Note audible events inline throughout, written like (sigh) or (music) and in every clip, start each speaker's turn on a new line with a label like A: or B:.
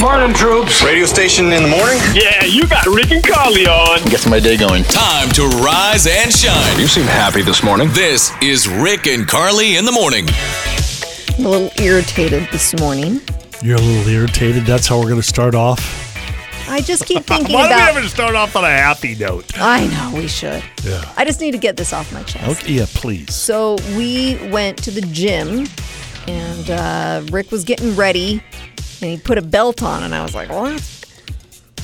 A: Morning, troops.
B: Radio station in the morning?
C: Yeah, you got Rick and Carly on.
D: Gets my day going.
E: Time to rise and shine.
B: You seem happy this morning.
E: This is Rick and Carly in the morning.
F: I'm a little irritated this morning.
G: You're a little irritated. That's how we're going to start off.
F: I
C: (laughs)
F: just keep thinking
C: Why don't we
F: about.
C: ever start off on a happy note?
F: I know we should.
G: Yeah.
F: I just need to get this off my chest.
G: Okay. Yeah, please.
F: So we went to the gym, and uh, Rick was getting ready, and he put a belt on, and I was like, "Well, that's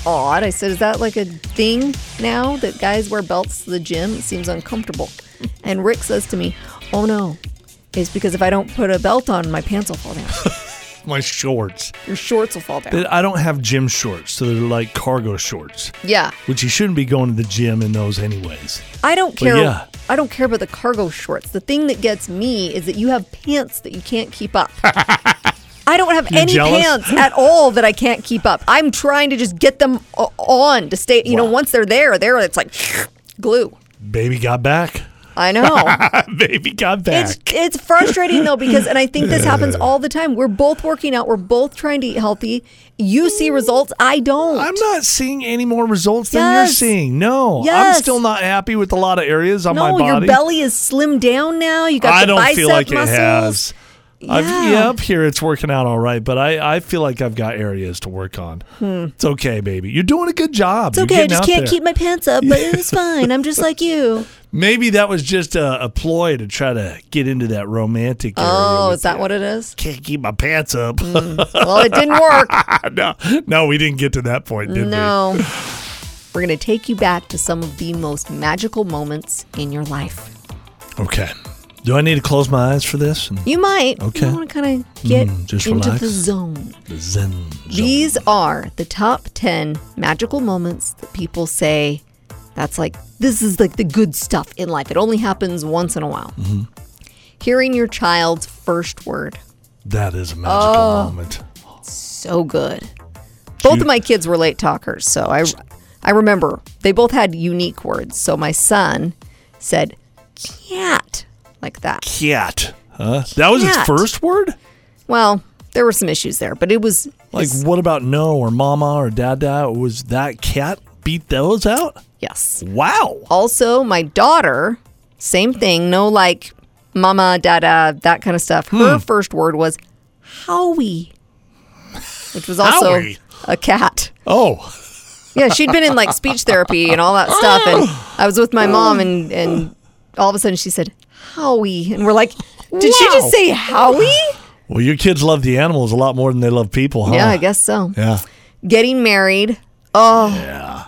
F: odd." I said, "Is that like a thing now that guys wear belts to the gym? It seems uncomfortable." And Rick says to me, "Oh no." It's because if I don't put a belt on, my pants will
C: (laughs)
F: fall down.
G: My shorts.
F: Your shorts will fall down.
G: But I don't have gym shorts, so they're like cargo shorts,
F: Yeah.
G: which you shouldn't be going to the gym in those anyways.
F: I don't care.
G: yeah.
F: I don't care about the cargo shorts. The thing that gets me is that you have pants that you can't keep
G: (laughs)
F: up. I don't have
G: You're
F: any
G: jealous?
F: pants at all that I can't keep up. I'm trying to just get them o- on to stay. You know,
G: Wow.
F: once they're there, there it's like glue.
G: Baby got back. (laughs)
F: I know.
G: Baby got back.
F: It's it's frustrating though because and I think this
G: (laughs)
F: happens all the time. We're both working out. We're both trying to eat healthy. You see results. I don't.
G: I'm not seeing any more results than
F: Yes.
G: you're seeing. No.
F: Yes.
G: I'm still not happy with a lot of areas on
F: no,
G: my body.
F: your belly is slimmed down now. You got
G: I
F: the
G: don't
F: bicep
G: feel like it
F: muscles.
G: has. I've,
F: Yeah.
G: yeah, up here it's working out all right, but I, I feel like I've got areas to work on. It's okay, baby. You're doing a good
F: Hmm.
G: job.
F: It's
G: You're
F: okay. I
G: getting
F: just
G: out
F: can't
G: there.
F: keep my pants up, but
G: (laughs)
F: it's fine. I'm just like you.
G: Maybe that was just a, a ploy to try to get into that romantic. area
F: Oh, Mm.
G: with
F: is that what it
G: (laughs)
F: is?
G: Can't keep my pants up.
F: Well, it didn't work.
G: (laughs) no, no, we didn't get to that point, did
F: no. We're going to take you back to some of the most magical moments in your life.
G: we? Okay. Do I need to close my eyes for this? And
F: You might.
G: Okay.
F: You want to kind of get
G: Mm, just
F: into
G: relax.
F: the zone.
G: the Zen. zone.
F: These are the top 10 magical moments that people say that's like, this is like the good stuff in life. It only happens once in a while.
G: Mm-hmm.
F: Hearing your child's first word.
G: That is a magical
F: Oh.
G: moment.
F: so good. Both of my kids were late talkers, so I I remember they both had unique words. So my son said cat like that.
G: Cat. Huh? That was its
F: Cat.
G: first word?
F: Well, there were some issues there, but it was
G: Like, what about no or mama or dada? Was that cat beat those out?
F: yes.
G: Wow.
F: Also, my daughter, same thing, no like mama, dada, that kind of stuff. Her first word was howie. Which was also
G: Howie.
F: a cat.
G: Oh,
F: Yeah, she'd been in like speech therapy and all that stuff. And I was with my mom, and and all of a sudden she said Howie, and we're like, did she
G: Wow.
F: just say Howie?
G: well, your kids love the animals a lot more than they love people, huh?
F: Yeah, I guess so.
G: Yeah.
F: Getting married. Oh,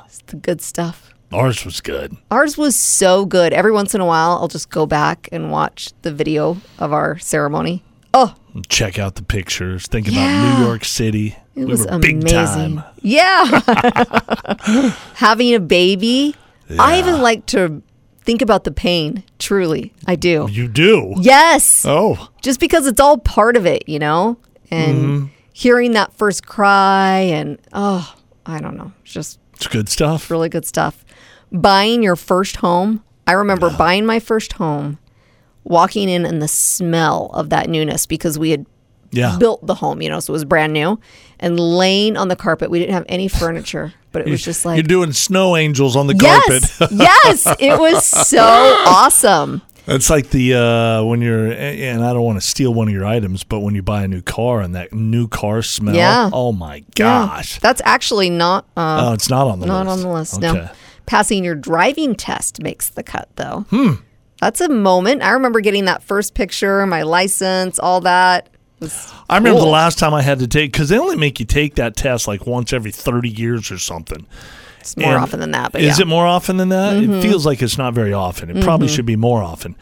F: it's the good stuff.
G: Ours was good.
F: Ours was so good. Every once in a while, I'll just go back and watch the video of our ceremony. Oh,
G: Check out the pictures. Think about
F: Yeah.
G: New York City.
F: it was
G: were
F: amazing. Yeah. Having a baby. I even like to think about the pain, truly. I do.
G: You do.
F: Yes.
G: Oh,
F: just because it's all part of it, you know? And
G: Mm-hmm.
F: hearing that first cry and oh, I don't know, it's just
G: it's good stuff.
F: really good stuff. Buying your first home. I remember buying my first home, walking in and the smell of that newness because we had
G: Yeah.
F: built the home, you know, so it was brand new and laying on the carpet. We didn't have
G: (laughs)
F: any furniture, but it was just like
G: You're doing snow angels on the
F: Yes.
G: carpet. (laughs)
F: yes, it was so awesome.
G: It's like the uh, when you're, and I don't want to steal one of your items, but when you buy a new car and that new car smell.
F: Yeah.
G: Oh my
F: Yeah.
G: gosh.
F: That's actually not uh,
G: Oh, it's not on the
F: Not
G: list.
F: on the list.
G: Okay.
F: No. Passing your driving test makes the cut, though. Hmm. That's a moment. I remember getting that first picture, my license, all that. It was
G: I remember the
F: cool.
G: last time I had to take because they only make you take that test like once every thirty years or something.
F: It's more
G: And
F: often than that, but
G: is
F: yeah. Mm-hmm.
G: it more often than that? It feels like it's not very often. It probably should be more often.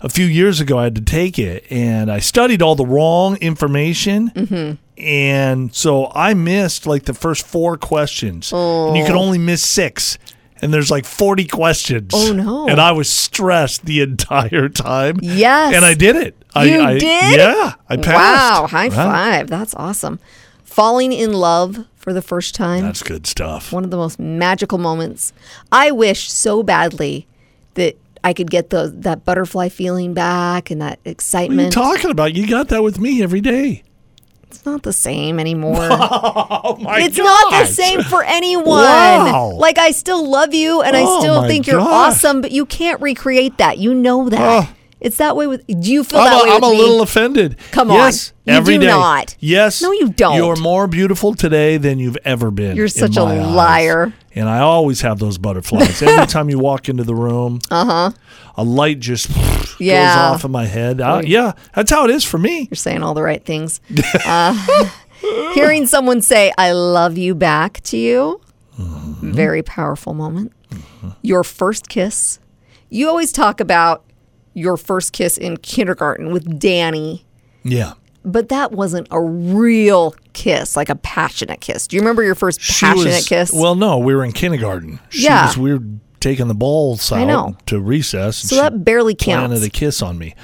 G: A few years ago, I had to take it, and I studied all the wrong information,
F: Mm-hmm.
G: and so I missed like the first four questions. And you can only miss six. And there's like 40 questions.
F: Oh, no.
G: And I was stressed the (laughs) entire time.
F: Yes.
G: And I did it. I,
F: You
G: I-
F: did?
G: Yeah. I passed.
F: Wow, high
G: Right.
F: five. That's awesome. Falling in love for the first time.
G: That's good stuff.
F: one of the most magical moments. I wish so badly that I could get the that butterfly feeling back and that
G: What are you
F: excitement.
G: talking about? You got that with me every day.
F: It's not the same
G: (laughs)
F: anymore.
G: Oh my
F: it's not the
G: gosh.
F: same for anyone.
G: Wow.
F: Like I still love you and
G: Oh
F: I still
G: my
F: think you're
G: gosh.
F: awesome, but you can't recreate that. You know that.
G: Ugh.
F: it's that way with. Do you feel
G: I'm,
F: that
G: a,
F: way
G: I'm
F: with
G: a
F: me?
G: little offended.
F: Come on.
G: yes,
F: You
G: every
F: do
G: day.
F: not.
G: Yes,
F: No, you don't.
G: You're more beautiful today than you've ever been.
F: You're
G: in
F: such a
G: my eyes.
F: liar.
G: And I always have those butterflies
F: (laughs)
G: every time you walk into the room. Uh huh. A light just (laughs) goes
F: Uh-huh. Yeah.
G: off of my head. I- yeah, that's how it is for me.
F: You're saying all the right things. (laughs) Uh, hearing someone say "I love you" back to you,
G: Mm-hmm.
F: very powerful moment. Your first kiss. You always talk about your first kiss in kindergarten with Danny.
G: Yeah.
F: but that wasn't a real kiss, like a passionate kiss. Do you remember your first passionate
G: was,
F: kiss?
G: Well, no, we were in kindergarten. She
F: Yeah.
G: was, we were taking the balls out
F: know.
G: to recess. and
F: so
G: she
F: that barely
G: planted
F: counts.
G: a kiss on me.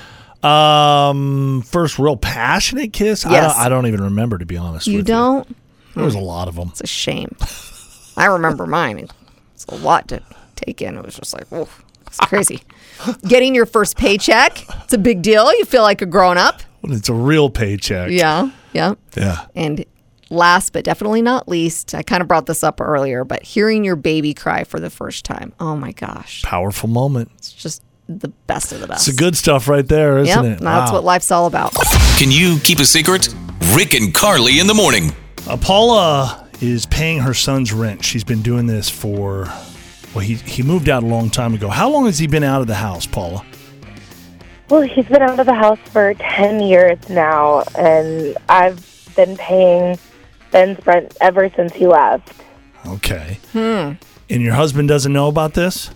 G: Um, first real passionate kiss. I,
F: Yes.
G: don't, I don't even remember to be honest.
F: You
G: with
F: don't?
G: You. There was a lot of them.
F: It's a
G: (laughs)
F: shame. I remember mine. It's a lot to take in. It was just like, whoa, it's crazy. Getting your first paycheck, it's a big deal. You feel like a grown up.
G: When it's a real paycheck.
F: Yeah, yeah.
G: Yeah.
F: And last but definitely not least, I kind of brought this up earlier, but hearing your baby cry for the first time. Oh my gosh.
G: Powerful moment.
F: It's just the best of the best.
G: It's the good stuff right there, isn't
F: Yep,
G: it?
F: that's what life's all about.
E: Can you keep a secret? Rick and Carly in the morning.
G: Uh, Paula is paying her son's rent. She's been doing this for, well, he, he moved out a long time ago. How long has he been out of the house, Paula?
A: Well, he's been out of the house for 10 years now, and I've been paying Ben's rent ever since he left.
G: Okay. Hmm. And your husband doesn't know about this?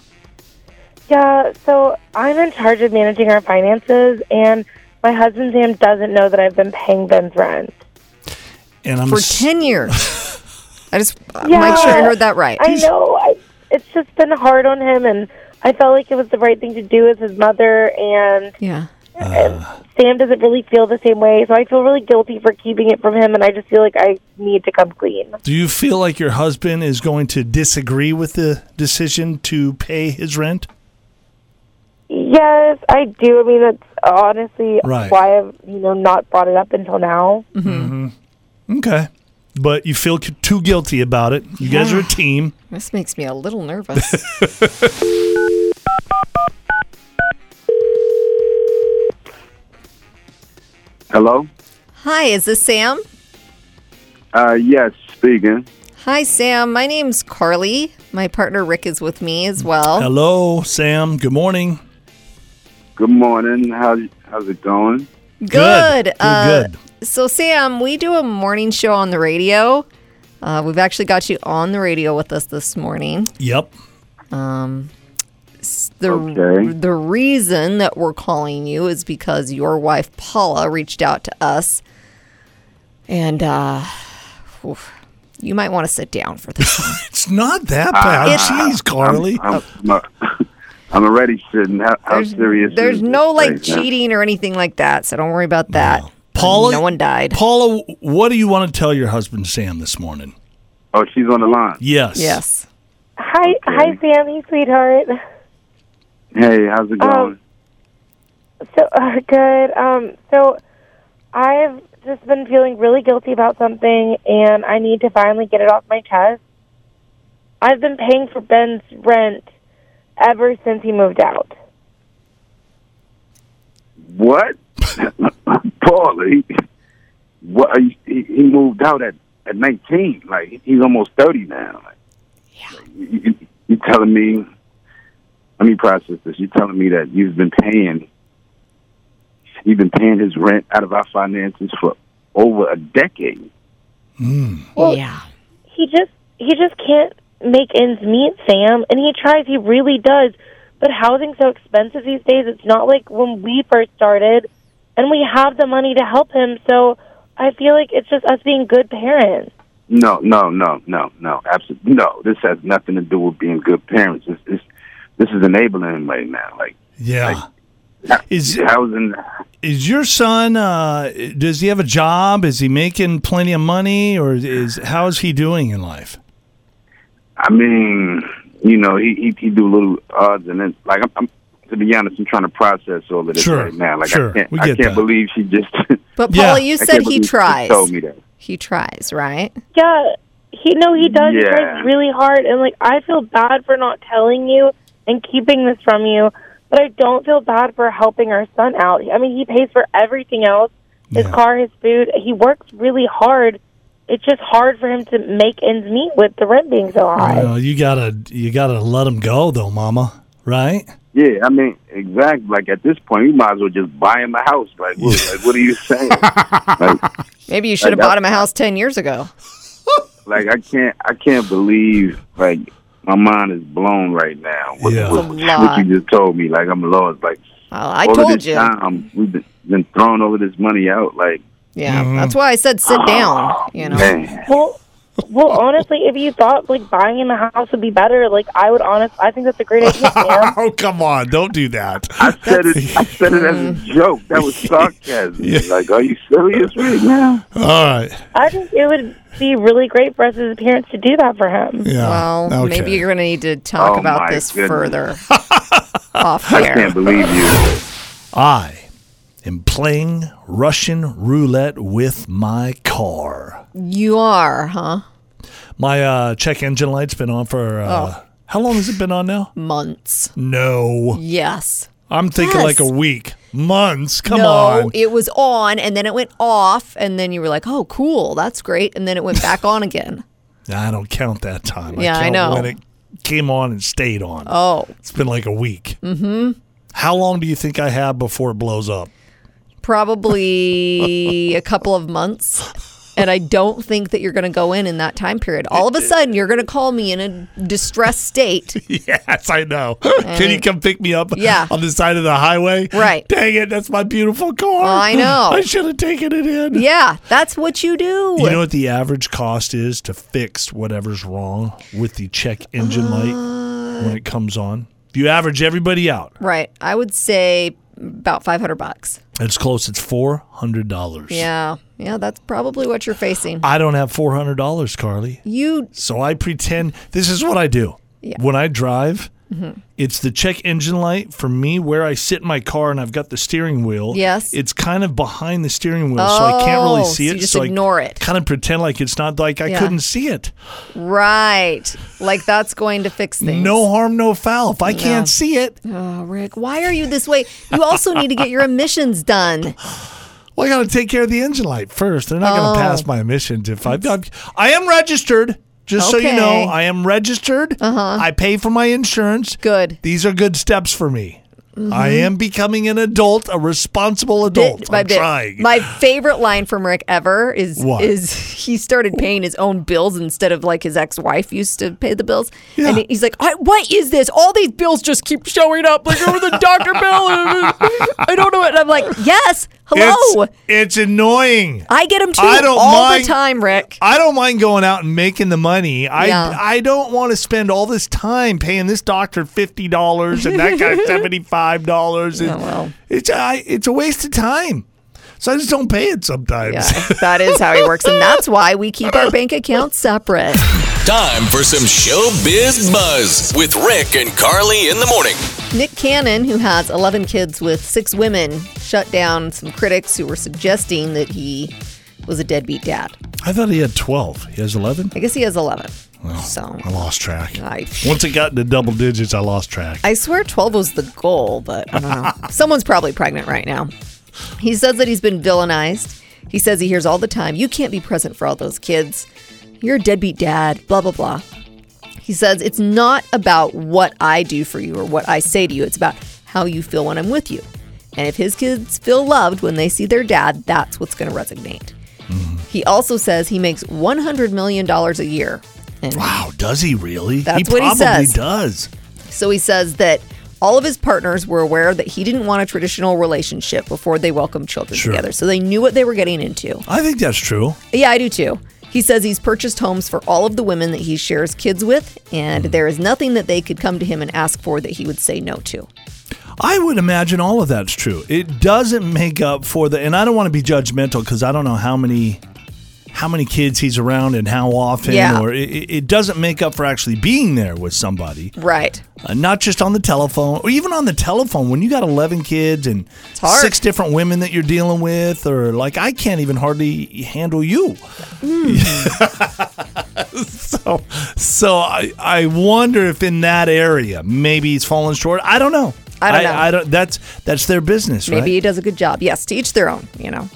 A: Yeah, so I'm in charge of managing our finances, and my husband Sam doesn't know that I've been paying Ben's rent.
G: And I'm
F: for
G: ass-
F: 10
A: (laughs)
F: years. I just uh make sure I heard that right.
A: I know. I, it's just been hard on him, and I felt like it was the right thing to do as his mother, and
F: yeah.
A: Sam doesn't really feel the same way, so I feel really guilty for keeping it from him, and I just feel like I need to come clean.
G: Do you feel like your husband is going to disagree with the decision to pay his rent?
A: Yes, I do. I mean, that's honestly
G: Right.
A: why I've you know not brought it up until now.
G: Okay. But you feel c- too guilty about it. You guys are a team.
F: This makes me a
A: (laughs)
F: little nervous.
D: Hello?
F: Hi, is this Sam?
D: Uh, yes, speaking.
F: Hi, Sam. My name's Carly. My partner Rick is with me as well.
G: Hello, Sam. Good morning.
D: Good morning. How, how's it going?
G: Good. Good,
F: Uh,
G: good.
F: So, Sam, we do a morning show on the radio. Uh, we've actually got you on the radio with us this morning.
G: Yep.
F: The,
D: Okay.
F: the reason that we're calling you is because your wife Paula reached out to us, and uh, oof, you might want to sit down for this. one.
G: It's not that bad.
F: It's-
G: Jeez, Carly.
D: I'm, I'm, a- (laughs) I'm already sitting. How, how serious
F: Uh, There's
D: is
F: no
D: this
F: like
D: right now?
F: cheating or anything like that, so don't worry about that.
G: Paula-
F: no one died.
G: Paula, what do you want to tell your husband Sam this morning?
D: Oh, she's on the line.
G: Yes.
F: yes,
A: Hi, hi, Sammy, sweetheart.
D: Hey, how's it going?
A: So (laughs) uh, good. Um, so I've just been feeling really guilty about something, and I need to finally get it off my chest. I've been paying for Ben's rent ever since he moved out.
D: what? (laughs) Paulie, what are you, he, he moved out at, at 19. Like, he's almost 30 now. Like, yeah. you, you telling me, let me process this. You're telling me that you've been paying, you've been paying his rent out of our finances for over a decade.
F: yeah.
A: he just he just can't make ends meet, Sam. And he tries, he really does. But housing's so expensive these days. It's not like when we first started, and we have the money to help him. So I feel like it's just us being good parents.
D: No, no, no, no, no, absolutely no. This has nothing to do with being good parents. This, this, this is enabling him right now. Like,
G: Yeah. Is
D: housing.
G: is your son? Uh, does he have a job? Is he making plenty of money, or is how is he doing in life?
D: I mean, you know, he he, he do little odds and then like I'm, I'm to be honest, I'm trying to process all of this
G: Sure,
D: right now. Like
G: sure,
D: I can't,
G: we
D: I
G: get
D: can't
G: that.
D: believe she just. (laughs)
F: But
G: Yeah.
F: Paula, you
G: I
D: I
F: said
D: can't
F: he
D: believe she
F: tries.
D: Told me that.
F: He tries, right?
A: Yeah, he no, he does. He
D: Yeah.
A: tries really hard, and like I feel bad for not telling you and keeping this from you, but I don't feel bad for helping our son out. I mean, he pays for everything else: his
G: Yeah.
A: car, his food. He works really hard. It's just hard for him to make ends meet with the rent being so high.
G: Well, you gotta you gotta let him go though, Mama. Right?
D: Yeah, I mean, exactly. Like at this point, you might as well just buy him a house. Like, what, like, what are
G: (laughs)
D: you saying? like,
F: Maybe you should have
D: know.
F: bought him a house 10 years ago.
D: like I can't, I can't believe. Like, my mind is blown right now. What,
G: Yeah.
D: what,
F: It's a
D: what
F: lot.
D: you just told me, like I'm lost. Like,
F: Well, I
D: all of
F: told
D: this
F: you.
D: time, we've been, been throwing all of this money out. Like,
F: Yeah,
G: Mm-hmm.
F: that's why I said sit down, you know.
D: Ah. man,
A: Well, well, honestly, if you thought like buying him a house would be better, like I would honest, I think that's a great idea.
G: (laughs)
A: Sam.
G: Oh come on, don't do that.
D: I said it. I said it as a joke. That was sarcasm. Like, are you serious right now?
G: All right.
A: I think it would be really great for us as parents to do that for him.
G: Yeah.
F: Well,
G: Ah, okay.
F: maybe you're going to need to talk
D: Oh,
F: about
D: my
F: this
G: (laughs)
D: goodness.
F: further off
D: I
F: air.
D: can't believe you.
G: I am playing Russian roulette with my car.
F: You are, huh?
G: My uh, check engine light's been on for uh,
F: Oh.
G: how long has it been on now?
F: Months.
G: No,
F: Yes.
G: I'm thinking
F: Yes.
G: like a week, months. Come
F: no,
G: on.
F: it was on and then it went off and then you were like, "Oh, cool. That's great." And then it went back on again.
G: I don't count that time.
F: Yeah, I
G: count
F: know.
G: when it came on and stayed on.
F: Oh,
G: It's been like a week. Mm-hmm. How long do you think I have before it blows up?
F: probably a couple of months. And I don't think that you're going to go in in that time period. All of a sudden, you're going to call me in a distressed
G: (laughs)
F: state.
G: Yes, I know. Can you come pick me up
F: Yeah.
G: on the side of the highway?
F: Right.
G: Dang it, that's my beautiful car.
F: I know.
G: (laughs) I should have taken it in.
F: Yeah, that's what you do.
G: You know what the average cost is to fix whatever's wrong with the check engine
F: Uh,
G: light when it comes on? If you average everybody out,
F: Right. I would say about 500 bucks.
G: it's close. It's four hundred dollars.
F: Yeah. Yeah, that's probably what you're facing.
G: I don't have four hundred dollars, Carly.
F: You
G: So I pretend this is what I do. When I drive,
F: Mm-hmm.
G: it's the check engine light for me where I sit in my car and I've got the steering wheel.
F: Yes.
G: It's kind of behind the steering wheel, so I can't really
F: Oh,
G: see
F: so
G: it.
F: you just
G: so
F: ignore
G: I
F: it.
G: Kind of pretend like it's not like I
F: Yeah.
G: couldn't see it.
F: right. Like that's going to fix things.
G: No harm, no foul. If I can't see it,
F: Oh, Rick, why are you this way? You also need to get
G: (laughs)
F: your emissions done.
G: well, I got to take care of the engine light first. They're not
F: Oh.
G: going to pass my emissions if I've got. I am registered. Just so you
F: Okay.
G: know, I am registered. Uh-huh. I pay for my insurance.
F: Good. Mm-hmm.
G: These are good steps for me. I am becoming an adult, a responsible adult.
F: Bit by
G: Oh, I'm
F: bit.
G: trying.
F: My favorite line from Rick ever is
G: What?
F: is (laughs) he started paying his own bills instead of like his ex wife used to pay the bills. And
G: Yeah.
F: he's like, I, "What is this? All these bills just keep showing up. Like over the doctor bill. and- I don't know." And I'm like, "Yes, hello.
G: it's, it's annoying.
F: I get them too
G: I don't
F: all
G: mind-
F: the time,
G: (laughs)
F: Rick."
G: I don't mind going out and making the money. I
F: Yeah.
G: I don't want to spend all this time paying this doctor fifty dollars and
F: (laughs)
G: that guy seventy five dollars.
F: Oh, well.
G: It's I, it's a waste of time. So I just don't pay it sometimes. (laughs)
F: Yeah, that is how he works, and that's why we keep our bank accounts separate.
E: Time for some showbiz buzz with Rick and Carly in the morning.
F: Nick Cannon, who has 11 kids with six women, shut down some critics who were suggesting that he was a deadbeat dad.
G: I thought he had twelve. He has eleven.
F: I guess he has 11. so
G: I lost track.
F: I,
G: Once it got into double digits, I lost track.
F: I swear 12 was the goal, but I don't know. Someone's probably pregnant right now. He says that he's been villainized. He says he hears all the time, you can't be present for all those kids. You're a deadbeat dad, blah, blah, blah. He says it's not about what I do for you or what I say to you, it's about how you feel when I'm with you. And if his kids feel loved when they see their dad, that's what's going to resonate. He also says he makes $100 million a year. And
G: Wow, does he really?
F: That's
G: he
F: what he
G: probably
F: says.
G: does.
F: So he says that all of his partners were aware that he didn't want a traditional relationship before they welcomed children
G: Sure.
F: together. So they knew what they were getting into.
G: I think that's true.
F: Yeah, I do too. He says he's purchased homes for all of the women that he shares kids with, and there is nothing that they could come to him and ask for that he would say no to.
G: I would imagine all of that's true. It doesn't make up for the, and I don't want to be judgmental because I don't know how many how many kids he's around and how often,
F: Yeah.
G: or it, it it doesn't make up for actually being there with somebody,
F: Right.
G: uh, not just on the telephone or even on the telephone when you got 11 kids and
F: hard.
G: six different women that you're dealing with, or like I can't even hardly handle you.
F: Hmm.
G: (laughs) so, so I, I wonder if in that area maybe he's fallen short. I don't know.
F: I don't know.
G: I, don't. That's that's their business,
F: Maybe he
G: right?
F: does a good job. Yes, to each their own, you know.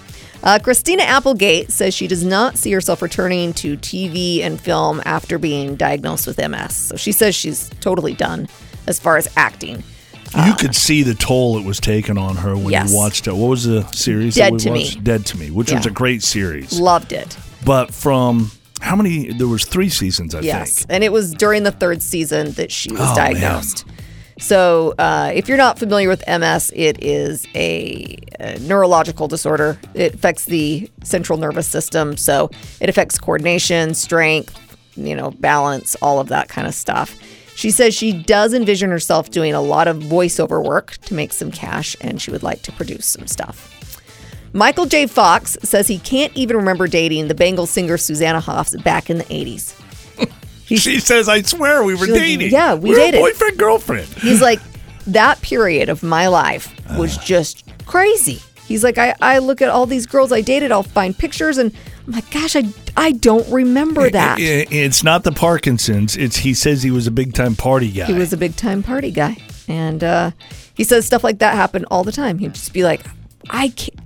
F: Uh, Christina Applegate says she does not see herself returning to TV and film after being diagnosed with MS. So she says she's totally done as far as acting.
G: you could see the toll it was taken on her when
F: Yes.
G: you watched it. What was the series?
F: Dead
G: that we
F: to Me.
G: watched? Dead to Me, which was
F: Yeah.
G: a great series,
F: Loved it.
G: but from how many? There was three seasons, I
F: Yes.
G: think.
F: And it was during the third season that she was
G: Oh,
F: diagnosed. So, uh, if you're not familiar with MS, it is a, a neurological disorder. It affects the central nervous system. So, it affects coordination, strength, you know, balance, all of that kind of stuff. She says she does envision herself doing a lot of voiceover work to make some cash and she would like to produce some stuff. Michael J. Fox says he can't even remember dating the Bengal singer Susanna Hoffs back in the 80s.
G: She says, "I swear we were
F: She's like,
G: dating.
F: "Yeah, we
G: were
F: dated."
G: Boyfriend, girlfriend.
F: He's like, that period of my life was just crazy. He's like, I, I look at all these girls I dated, I'll find pictures, and I'm like, gosh, I, I don't remember that.
G: I- I- it's not the Parkinson's. It's he says he was a big time party guy.
F: He was a big time party guy. And uh, he says stuff like that happened all the time. He'd just be like, I can't,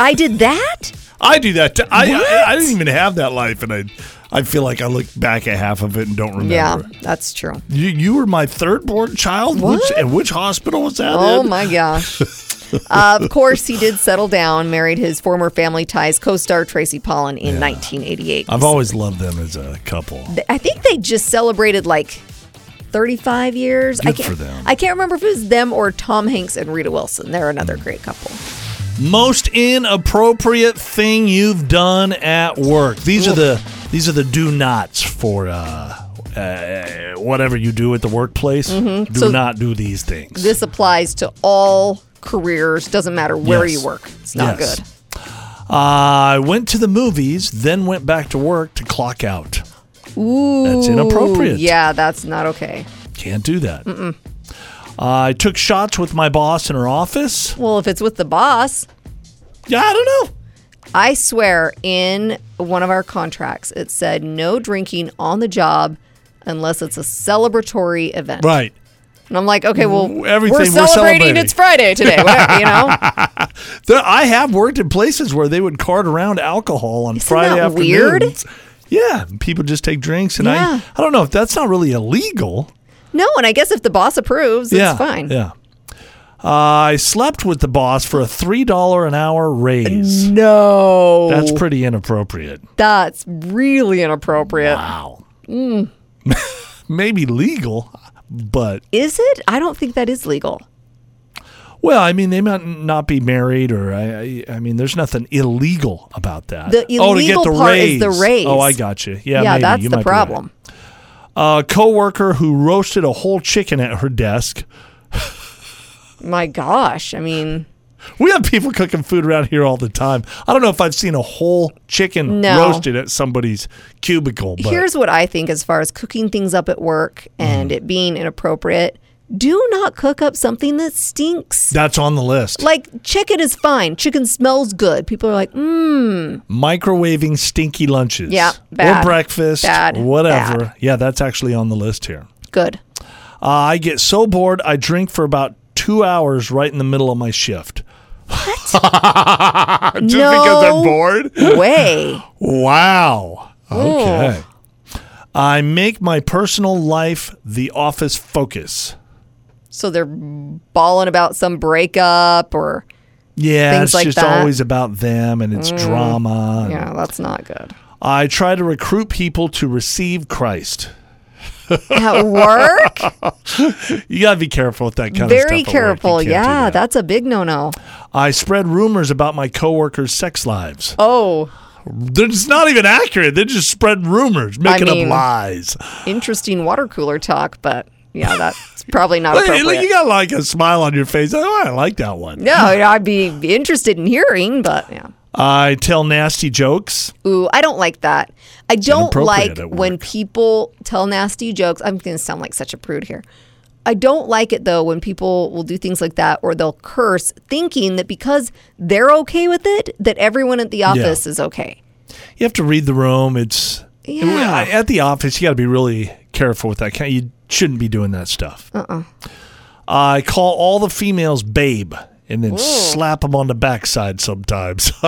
F: I did
G: (laughs)
F: that?
G: I do that. T- I,
F: What?
G: I I didn't even have that life, and I I feel like I look back at half of it and don't remember.
F: yeah, that's true.
G: You, you were my third born child. Which
F: What?
G: and which hospital was that?
F: Oh
G: in?
F: my
G: (laughs)
F: gosh. Uh, of course, he did settle down, married his former Family Ties co star Tracy Pollan in 1988.
G: I've always loved them as a couple.
F: I think they just celebrated like 35 years. I
G: Good
F: can't,
G: for them.
F: I can't remember if it was them or Tom Hanks and Rita Wilson. They're another
G: Mm.
F: great couple.
G: Most inappropriate thing you've done at work. These are the these are the do nots for uh, uh, whatever you do at the workplace. Do
F: Mm-hmm. So-
G: not do these things.
F: This applies to all careers. Doesn't matter where
G: Yes.
F: you work. It's not
G: Yes.
F: good.
G: I went to the movies, then went back to work to clock out.
F: Ooh,
G: That's inappropriate.
F: Yeah, that's not okay.
G: Can't do that. I took shots with my boss in her office.
F: Well, if it's with the boss,
G: Yeah, I don't know.
F: I swear in one of our contracts it said no drinking on the job unless it's a celebratory event.
G: Right.
F: And I'm like, okay, well,
G: Everything
F: we're
G: we're
F: celebrating.
G: celebrating.
F: It's Friday today. Whatever, you
G: (laughs)
F: know.
G: There, I have worked in places where they would cart around alcohol on
F: Isn't
G: Friday
F: that weird?
G: afternoons. Yeah, and people just take drinks, and
F: Yeah.
G: I I don't know if that's not really illegal.
F: No, and I guess if the boss approves,
G: yeah,
F: it's fine.
G: Yeah. Uh, I slept with the boss for a three dollar an hour raise.
F: No.
G: That's pretty inappropriate.
F: That's really inappropriate.
G: Wow. Mm. (laughs) Maybe legal, but
F: Is it? I don't think that is legal.
G: well, I mean, they might not be married, or I, I, I mean, there's nothing illegal about that.
F: The
G: oh, to get
F: illegal
G: the
F: part
G: raise.
F: is the raise.
G: Oh, I got you. Yeah, maybe.
F: that's
G: You might
F: the
G: be right.
F: problem.
G: A coworker who roasted a whole chicken at her desk.
F: My gosh. I mean,
G: We have people cooking food around here all the time. I don't know if I've seen a whole chicken
F: No.
G: roasted at somebody's cubicle, (sighs) but
F: here's what I think as far as cooking things up at work
G: Mm-hmm.
F: and it being inappropriate. Do not cook up something that stinks.
G: that's on the list.
F: Like chicken is fine. Chicken smells good. People are like, mm,
G: microwaving stinky lunches.
F: Yeah, bad.
G: Or breakfast.
F: Bad,
G: Whatever.
F: bad.
G: Yeah, that's actually on the list here.
F: good.
G: Uh, I get so bored, I drink for about two hours right in the middle of my shift. What? Just because
F: No.
G: I'm bored? (laughs)
F: Way.
G: Wow. Okay. I make my personal life the office focus.
F: So they're bawling about some breakup or,
G: Yeah,
F: Things
G: it's
F: like
G: just
F: that. Mm.
G: always about them and it's drama. and-
F: yeah, that's not
G: (laughs)
F: good.
G: I try to recruit people to receive Christ.
F: At work?
G: You gotta be careful with that kind of stuff.
F: Very
G: at work. You
F: careful.
G: can't do
F: Yeah,
G: that.
F: that's a big no no.
G: I spread rumors about my coworkers' sex lives.
F: Oh,
G: They're just not even accurate. They just spread rumors, making
F: mean,
G: up lies.
F: interesting water cooler talk, but yeah, that's probably not
G: Hey, (laughs) look,
F: appropriate.
G: you got like a smile on your face. Oh, I like that one.
F: no, I'd be interested in hearing, but yeah.
G: I tell nasty jokes.
F: Ooh, I don't like that. I don't
G: inappropriate
F: like
G: at
F: when
G: work.
F: people tell nasty jokes. I'm going to sound like such a prude here. I don't like it though when people will do things like that or they'll curse thinking that because they're okay with it, that everyone at the office is okay.
G: You have to read the room. It's
F: Yeah.
G: I- at the office. You got to be really careful with that. Can't- You shouldn't be doing that stuff. Uh-uh. I call all the females babe and then slap them on the backside sometimes. (laughs)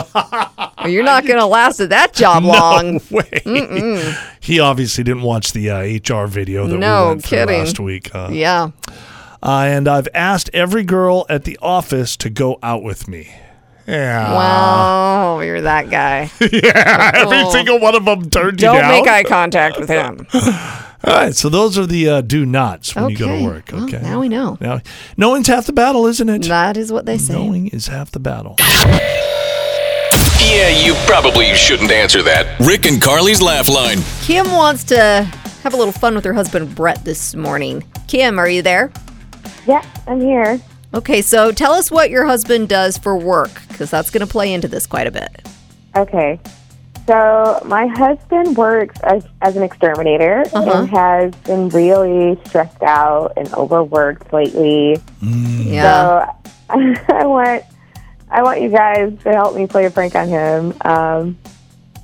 F: Or you're not going to last at that job long.
G: way. He obviously didn't watch the uh, HR video that
F: No
G: we went through
F: kidding.
G: last week. huh?
F: Yeah.
G: Uh, and I've asked every girl at the office to go out with me. Yeah.
F: Wow, you're that guy.
G: (laughs) Every
F: Oh.
G: single one of them turned
F: Don't
G: you down.
F: make eye contact with him.
G: All right, so those are the uh, do nots when you go to
F: Okay.
G: work.
F: Well,
G: Okay.
F: now we know.
G: Now, knowing's half the battle, isn't it?
F: That is what they say.
G: Knowing is half the battle.
E: Yeah, you probably shouldn't answer that. Rick and Carly's Laugh Line.
F: Kim wants to have a little fun with her husband Brett this morning. Kim, are you there?
A: Yeah, I'm here.
F: Okay, so tell us what your husband does for work, because that's going to play into this quite a bit.
A: Okay. So my husband works as, as an exterminator and has been really stressed out and overworked lately.
G: Mm.
F: Yeah.
A: So (laughs) I want I want you guys to help me play a prank on him. Um,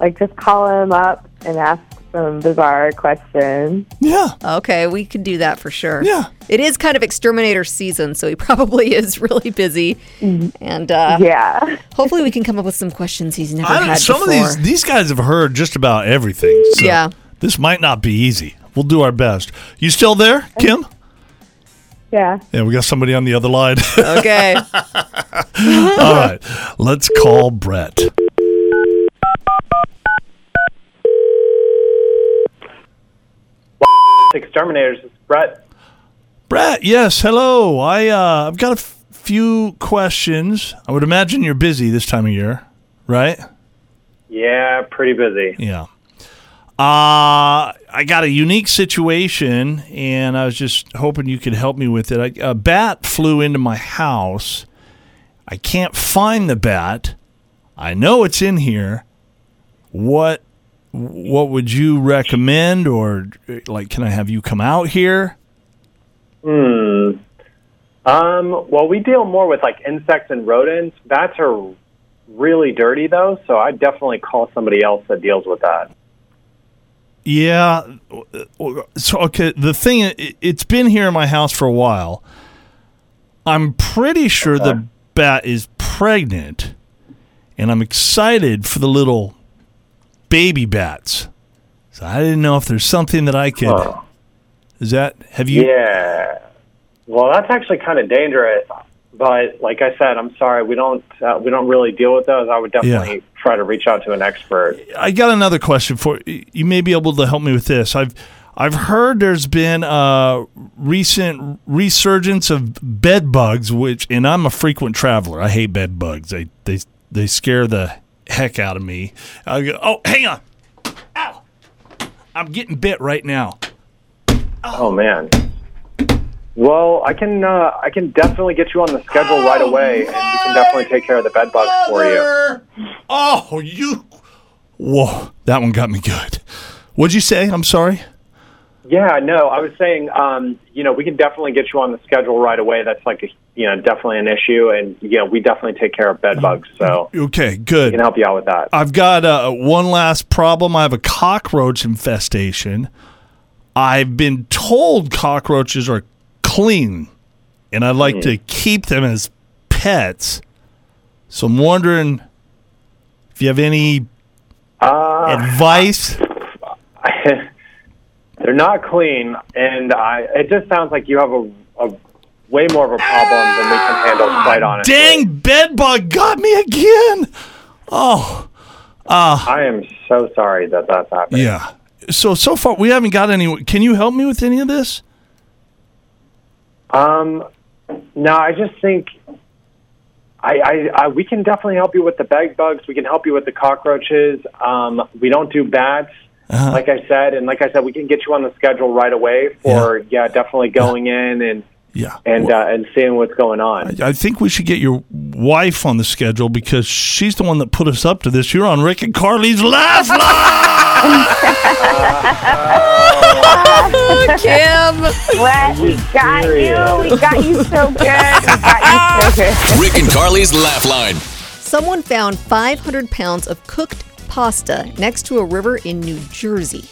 A: like just call him up and ask some bizarre questions.
G: Yeah.
F: Okay, we could do that for sure.
G: Yeah.
F: It is kind of exterminator season, so he (laughs) probably is really busy. And uh,
A: Yeah. (laughs)
F: hopefully, we can come up with some questions he's never
G: I don't,
F: had
G: some
F: before.
G: of these these guys have heard just about everything. So
F: Yeah.
G: This might not be easy. We'll do our best. You still there, Kim?
A: Yeah.
G: Yeah, we got somebody on the other line. (laughs)
F: okay.
G: All right, let's call Brett.
H: exterminators. It's Brett.
G: Brett, yes, hello. I uh, I've got a f- few questions. I would imagine you're busy this time of year, right?
H: Yeah, pretty busy.
G: Yeah. Uh, I got a unique situation, and I was just hoping you could help me with it. I, a bat flew into my house. I can't find the bat. I know it's in here. What what would you recommend, or like, can I have you come out here?
H: Um, well, we deal more with like insects and rodents. Bats are really dirty though, so I definitely call somebody else that deals with that.
G: Yeah. So okay, the thing i- it's been here in my house for a while. I'm pretty sure the bat is pregnant, and I'm excited for the little baby bats. So I didn't know if there's something that I could.
H: Huh.
G: Is that have you?
H: Yeah. Well, that's actually kind of dangerous. But like I said, I'm sorry we don't uh, we don't really deal with those. I would definitely try to reach out to an expert.
G: I got another question for you. You may be able to help me with this. I've I've heard there's been a recent resurgence of bed bugs, which and I'm a frequent traveler. I hate bed bugs. They they they scare the heck out of me. I go, oh, hang on, ow! I'm getting bit right now.
H: Oh man. Well, I can uh, I can definitely get you on the schedule right away, and we can definitely take care of the bed bugs for you.
G: Oh, you! Whoa, that one got me good. What'd you say? I'm sorry.
H: Yeah, no, I was saying, um, you know, we can definitely get you on the schedule right away. That's like, a, you know, definitely an issue, and yeah, we definitely take care of
G: Mm-hmm.
H: bed bugs, so we
G: Okay, good.
H: can help you out with that.
G: I've got uh, one last problem. I have a cockroach infestation. I've been told cockroaches are clean, and I'd
H: Hmm.
G: like to keep them as pets. So I'm wondering if you have any
H: Uh,
G: advice.
H: (laughs) They're not clean, and I. It just sounds like you have a, a way more of a problem than we can handle. Quite honestly,
G: Dang, bedbug got me again. Oh,
H: I am so sorry that that's happening.
G: Yeah. So so far we haven't got any. Can you help me with any of this?
H: Um, no, I just think I, I, I we can definitely help you with the bed bugs. We can help you with the cockroaches. Um, we don't do bats, like I said, and like I said, we can get you on the schedule right away for yeah, definitely going in and
G: Yeah.
H: and
G: Well,
H: uh, and seeing what's going on.
G: I think we should get your wife on the schedule because she's the one that put us up to this. You're on Rick and
F: (laughs)
G: Carly's Laugh Line.
F: Kim.
I: Well, we got you. We got you so good. We got you so (laughs) good.
E: Rick and Carly's Laugh Line.
F: Someone found 500 pounds of cooked pasta next to a river in New Jersey.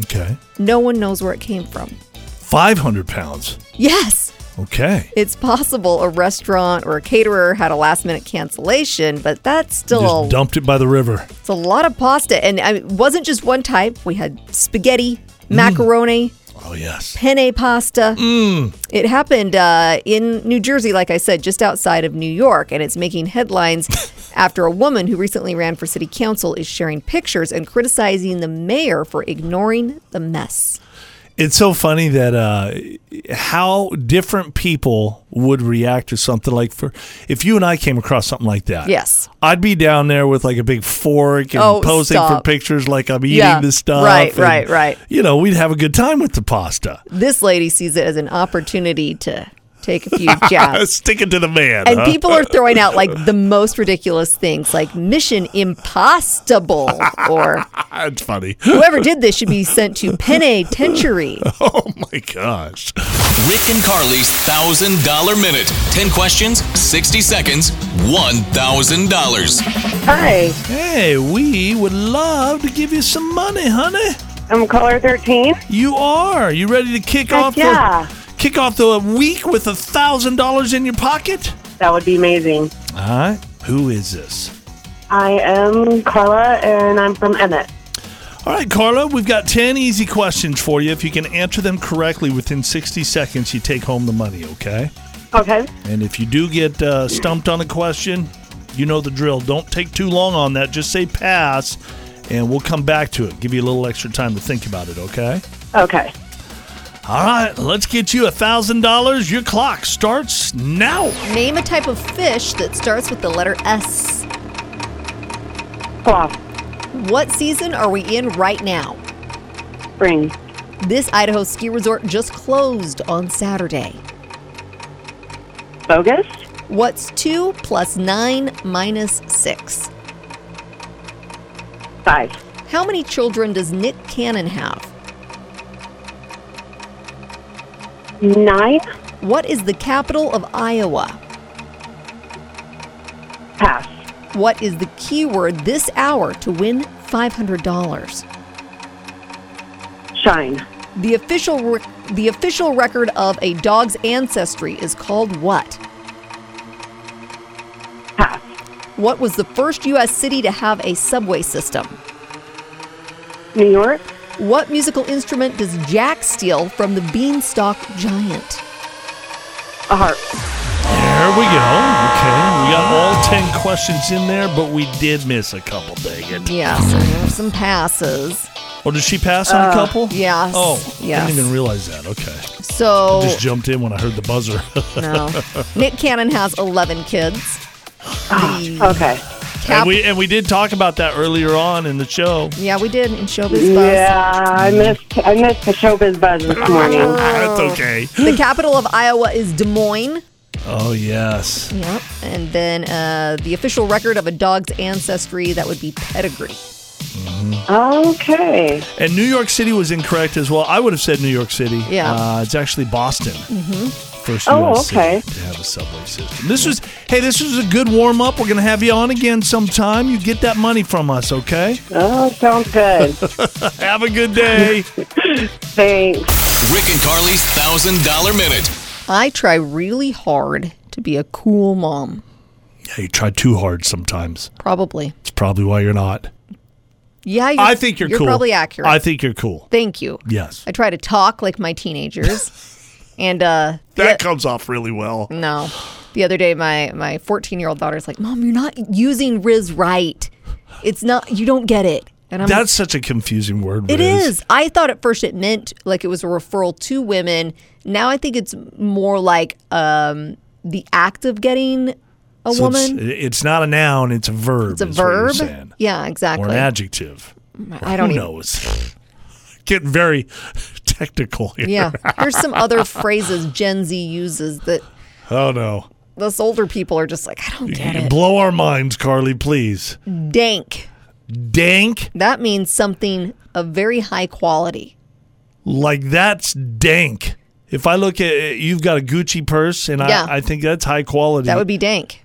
G: okay.
F: No one knows where it came from.
G: 500 pounds.
F: Yes,
G: Okay.
F: it's possible a restaurant or a caterer had a last minute cancellation, but that's still a,
G: Just dumped it by the river.
F: it's a lot of pasta. And I mean, it wasn't just one type. We had spaghetti, macaroni,
G: Oh, yes.
F: penne pasta. It happened uh, in New Jersey, like I said, just outside of New York, and it's making headlines after a woman who recently ran for city council is sharing pictures and criticizing the mayor for ignoring the mess.
G: It's so funny that uh, how different people would react to something like for if you and I came across something like that.
F: Yes.
G: I'd be down there with like a big fork and
F: Oh,
G: posing for
F: stop.
G: pictures like I'm eating
F: Yeah,
G: the stuff.
F: right,
G: and,
F: right, right.
G: You know, we'd have a good time with the pasta.
F: This lady sees it as an opportunity to take a few
G: (laughs)
F: jabs.
G: Stick it to the man.
F: And
G: huh?
F: people are throwing out like the most ridiculous things, like Mission Impossible, or
G: That's funny. (laughs)
F: whoever did this should be sent to penitentiary.
G: Oh my gosh.
E: Rick and Carly's $1,000 Minute. 10 questions, 60 seconds, $1,000.
I: Hi,
G: Hey, we would love to give you some money, honey.
I: I'm caller 13.
G: You are. You ready to kick
I: Heck
G: off
I: yeah.
G: the kick off the week with a thousand dollars in your pocket?
I: That would be amazing.
G: All right. Who is this?
I: I am Carla, and I'm from Emmett.
G: All right, Carla, we've got 10 easy questions for you. If you can answer them correctly within 60 seconds, you take home the money, okay?
I: Okay.
G: And if you do get uh, stumped on a question, you know the drill. Don't take too long on that. Just say pass, and we'll come back to it. Give you a little extra time to think about it, okay?
I: Okay.
G: All right, let's get you a $1,000. Your clock starts now.
F: Name a type of fish that starts with the letter S.
I: Off.
F: What season are we in right now?
I: Spring.
F: This Idaho ski resort just closed on Saturday.
I: Bogus.
F: What's 2 plus 9 minus 6?
I: Five.
F: How many children does Nick Cannon have?
I: Nine.
F: What is the capital of Iowa?
I: Pass.
F: What is the keyword this hour to win $500?
I: Shine.
F: The official rec- the official record of a dog's ancestry is called what?
I: Pass.
F: What was the first U.S. city to have a subway system?
I: New York.
F: What musical instrument does Jack steal from the beanstalk giant?
I: A harp.
G: There we go. Okay, we got all 10 questions in there, but we did miss a couple, dang it.
F: Yeah, so there are some passes.
G: Oh, did she pass on a couple?
F: Uh, yes,
G: Oh, I
F: yes. Oh.
G: didn't even realize that. Okay.
F: So,
G: Just jumped in when I heard the buzzer. (laughs)
F: no. Nick Cannon has 11 kids. The
I: Ah, Okay.
F: cap-
G: and we and we did talk about that earlier on in the show.
F: yeah, we did in Showbiz Buzz.
I: Yeah, Uh, I missed I missed the showbiz buzz this
F: Oh.
I: morning.
G: That's okay.
F: The capital of Iowa is Des Moines.
G: Oh yes.
F: Yep. And then uh, the official record of a dog's ancestry, that would be pedigree.
I: (laughs) Okay.
G: And New York City was incorrect as well. I would have said New York City.
F: Yeah.
G: Uh, it's actually Boston. Mm-hmm. First
I: Oh,
G: US
I: okay.
G: city to have a subway system. This was hey, this was a good warm up. We're gonna have you on again sometime. You get that money from us, okay?
I: Oh, sounds good.
G: (laughs) Have a good day.
I: Thanks.
E: Rick and Carly's $1,000 Minute.
F: I try really hard to be a cool mom.
G: yeah, you try too hard sometimes.
F: Probably.
G: It's probably why you're not.
F: Yeah, you're,
G: I think you're,
F: you're
G: cool.
F: probably accurate.
G: I think you're cool.
F: Thank you.
G: Yes.
F: I try to talk like my
G: (laughs)
F: teenagers, and uh, the
G: That comes off really well.
F: o- no. The other day, my my 14 year old daughter's like, "Mom, you're not using Riz right. It's not. You don't get it." And I'm like,
G: That's such a confusing word.
F: It
G: Riz.
F: is. I thought at first it meant like it was a referral to women. Now I think it's more like um, the act of getting a
G: So it's-
F: woman. It's,
G: It's, not a noun; it's a verb.
F: a
G: is what you're
F: verb.
G: saying.
F: Yeah, exactly.
G: or an adjective.
F: I don't e-
G: (laughs) Who
F: even.
G: knows? Getting very (laughs) technical here.
F: Yeah. There's some other phrases Gen Z uses that
G: (laughs) Oh no.
F: us older people are just like, I don't get it.
G: Blow our minds, Carly, please.
F: Dank.
G: Dank
F: That means something of very high quality.
G: like that's dank. If I look at it, you've got a Gucci purse, and
F: Yeah.
G: I, I think that's high quality.
F: That would be dank.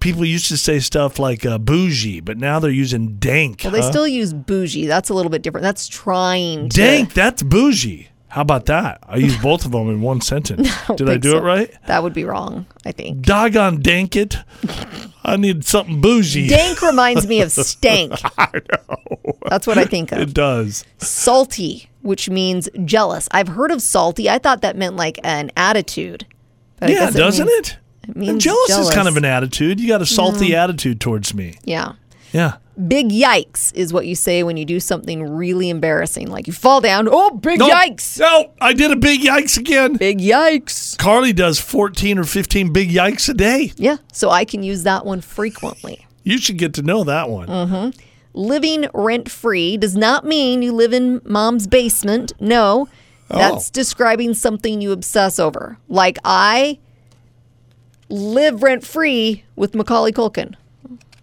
G: People used to say stuff like uh, bougie, but now they're using dank. Uh,
F: Well, they
G: huh?
F: still use bougie. That's a little bit different. That's trying. to-
G: dank. That's bougie. How about that? I used both of them in
F: (laughs)
G: one sentence.
F: don't
G: Did I
F: think
G: do
F: so.
G: it right?
F: That would be wrong, I think.
G: Doggone dank it. I need something bougie.
F: Dank (laughs) reminds me of
G: (laughs)
F: stank. I know. That's what I think
G: It
F: of.
G: does.
F: Salty, which means jealous. I've heard of salty. I thought that meant like an attitude. But I
G: yeah,
F: guess
G: doesn't
F: means-
G: it?
F: it means
G: And jealous, is kind
F: jealous. Mm.
G: of an attitude. You got a salty attitude towards me.
F: Yeah.
G: Yeah.
F: Big yikes is what you say when you do something really embarrassing. Like you fall down. Oh, big
G: No,
F: yikes.
G: No, I did a big yikes again.
F: Big yikes.
G: Carly does 14 or 15 big yikes a day.
F: Yeah. So I can use that one frequently.
G: You should get to know that one.
F: Mm. Living rent free does not mean you live in mom's basement. No,
G: Oh.
F: that's describing something you obsess over. Like I live rent free with Macaulay Culkin.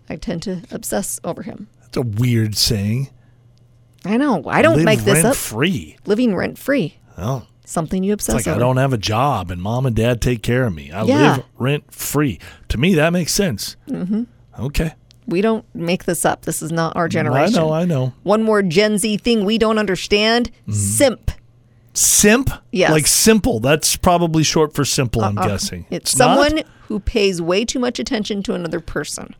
F: I tend to obsess over him.
G: That's a weird saying.
F: I know. I don't
G: Live
F: make this
G: rent
F: up.
G: free.
F: Living rent free.
G: Oh,
F: Something you obsess
G: it's like
F: over.
G: I don't have a job and mom and dad take care of me. I
F: Yeah.
G: live rent free. To me, that makes sense. Mm-hmm. Okay.
F: We don't make this up. This is not our
G: I
F: generation.
G: know, I Mm-hmm. know.
F: One more Gen Z thing we don't understand simp.
G: Simp?
F: Yes. Uh-uh.
G: Like simple. That's probably short for simple, I'm guessing.
F: It's
G: not?
F: someone who pays way too much attention to another person.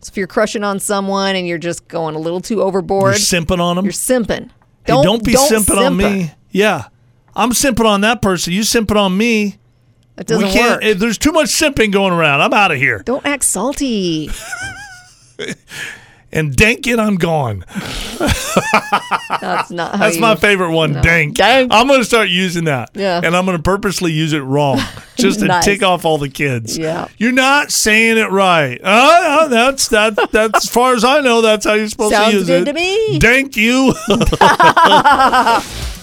F: So if you're crushing on someone and you're just going a little too
G: You're
F: overboard,
G: simping on them?
F: you're simping.
G: Hey, don't, be simping on me. Yeah. I'm simping on that person. You simping on me.
F: That doesn't
G: we can't.
F: work.
G: eh, There's too much simping going around. I'm out of here.
F: don't act
G: (laughs)
F: salty.
G: And dank it, I'm gone.
F: That's not how
G: That's
F: you-
G: my favorite one. Dank.
F: Dank.
G: I'm gonna start using that.
F: Yeah.
G: And I'm gonna purposely use
F: (laughs)
G: it wrong, just to
F: Nice.
G: tick off all the kids.
F: Yeah.
G: You're not saying it right. Uh, uh, that's that. That's as far as I know. That's how you're supposed
F: Sounds
G: to use
F: good
G: it.
F: to me.
G: Dank you. (laughs)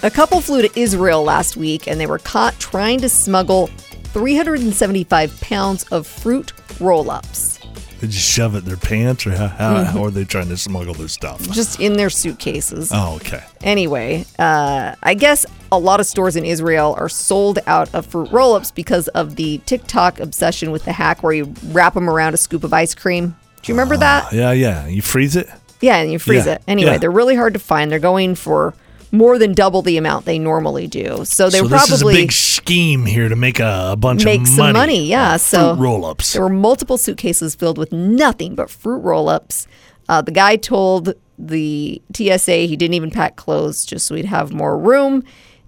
F: A couple flew to Israel last week and they were caught trying to smuggle 375 pounds of fruit roll ups
G: Did you shove it in their pants, or how, how,
F: Mm-hmm.
G: how are they trying to smuggle this stuff?
F: just in their suitcases.
G: Oh, okay.
F: Anyway, uh, I guess a lot of stores in Israel are sold out of fruit roll ups because of the TikTok obsession with the hack where you wrap them around a scoop of ice cream. Do you remember that?
G: Yeah, yeah. You freeze it.
F: Yeah, and you freeze
G: Uh, Yeah,
F: it. Anyway,
G: yeah.
F: they're really hard to find. They're going for more than double the amount they normally do. So they
G: so
F: were
G: this is a
F: probably
G: big scheme here to make a, a bunch
F: make
G: of money.
F: some money. Yeah, so
G: roll-ups.
F: There were multiple suitcases filled with nothing but fruit roll-ups. Uh, the guy told the TSA he didn't even pack clothes just so he'd have more room.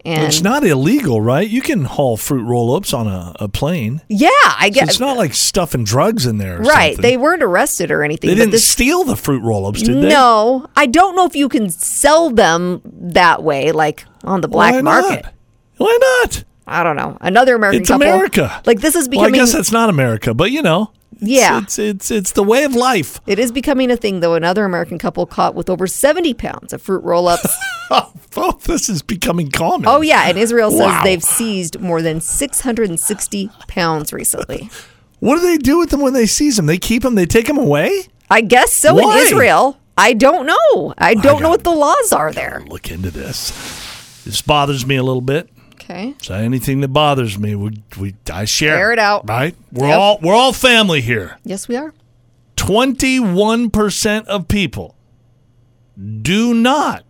F: And
G: It's not illegal, right? You can haul fruit roll-ups on a, a plane.
F: yeah, I
G: So
F: guess
G: it's not like stuffing drugs in there. Or
F: right.
G: something.
F: They weren't arrested or anything.
G: They
F: but
G: didn't
F: this-
G: steal the fruit roll-ups, did they?
F: No, I don't know if you can sell them that way, like on the black
G: Why
F: market.
G: Not? Why not?
F: I don't know. Another American
G: It's
F: couple.
G: America.
F: Like this is
G: Well, I
F: becoming.
G: guess that's not America, but you know, it's,
F: Yeah.
G: it's it's it's the way of life. (laughs)
F: it is becoming a thing, though. Another American couple caught with over 70 pounds of fruit roll
G: (laughs)
F: ups
G: Oh, oh, this is becoming common.
F: Oh yeah, and Israel says
G: Wow.
F: they've seized more than 660 pounds recently.
G: What do they do with them when they seize them? They keep them. They take them away.
F: I guess so
G: Why?
F: in Israel. I don't know. I don't know
G: got-
F: what the laws are there.
G: Look into this. This bothers me a little bit.
F: Okay.
G: So anything that bothers me, we, we I share.
F: Air it out.
G: Right? We're
F: Yep.
G: all we're all family here.
F: Yes, we are.
G: 21% of people do not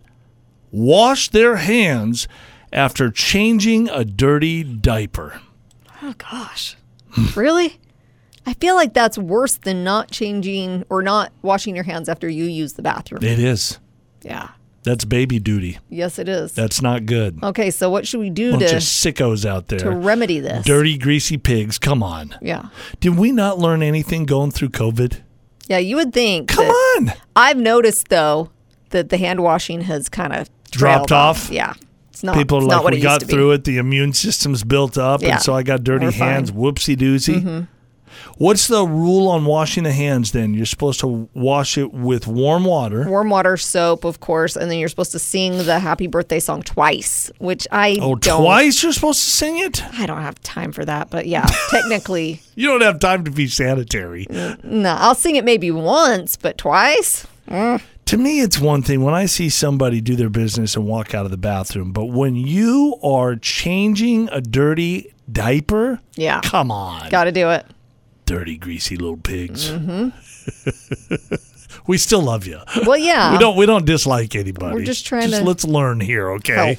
G: wash their hands after changing a dirty diaper.
F: Oh gosh. really? I feel like that's worse than not changing or not washing your hands after you use the bathroom.
G: It is.
F: Yeah.
G: That's baby duty.
F: Yes, it is.
G: That's not good.
F: Okay, so what should we do
G: Bunch of
F: to,
G: sickos out
F: to
G: there.
F: remedy this?
G: Dirty, greasy pigs. Come on.
F: Yeah.
G: Did we not learn anything going through COVID?
F: Yeah, you would think.
G: Come
F: that-
G: on.
F: I've noticed though that the hand washing has kind of
G: Dropped off?
F: Yeah, it's not.
G: People are
F: Oh, it's
G: like,
F: not what
G: we
F: it
G: got
F: used to
G: through
F: be.
G: it. The immune system's built up,
F: Yeah.
G: and so I got dirty
F: We're fine. Mm-hmm.
G: hands. Whoopsie doozy. What's the rule on washing the hands then? You're supposed to wash it with warm water.
F: warm water soap, of course, and then you're supposed to sing the happy birthday song twice, which I
G: Oh,
F: don't.
G: twice you're supposed to sing it?
F: I don't have time for that, but yeah, (laughs) technically,
G: You don't have time to be sanitary.
F: no. I'll sing it maybe once, but twice.
G: To me, it's one thing when I see somebody do their business and walk out of the bathroom, but when you are changing a dirty diaper,
F: Yeah.
G: come on,
F: Got to do it.
G: dirty, greasy little pigs.
F: Mm-hmm.
G: (laughs) we still love you.
F: Well, yeah.
G: We don't we don't dislike anybody.
F: We're just Ah. trying to
G: let's learn here, okay?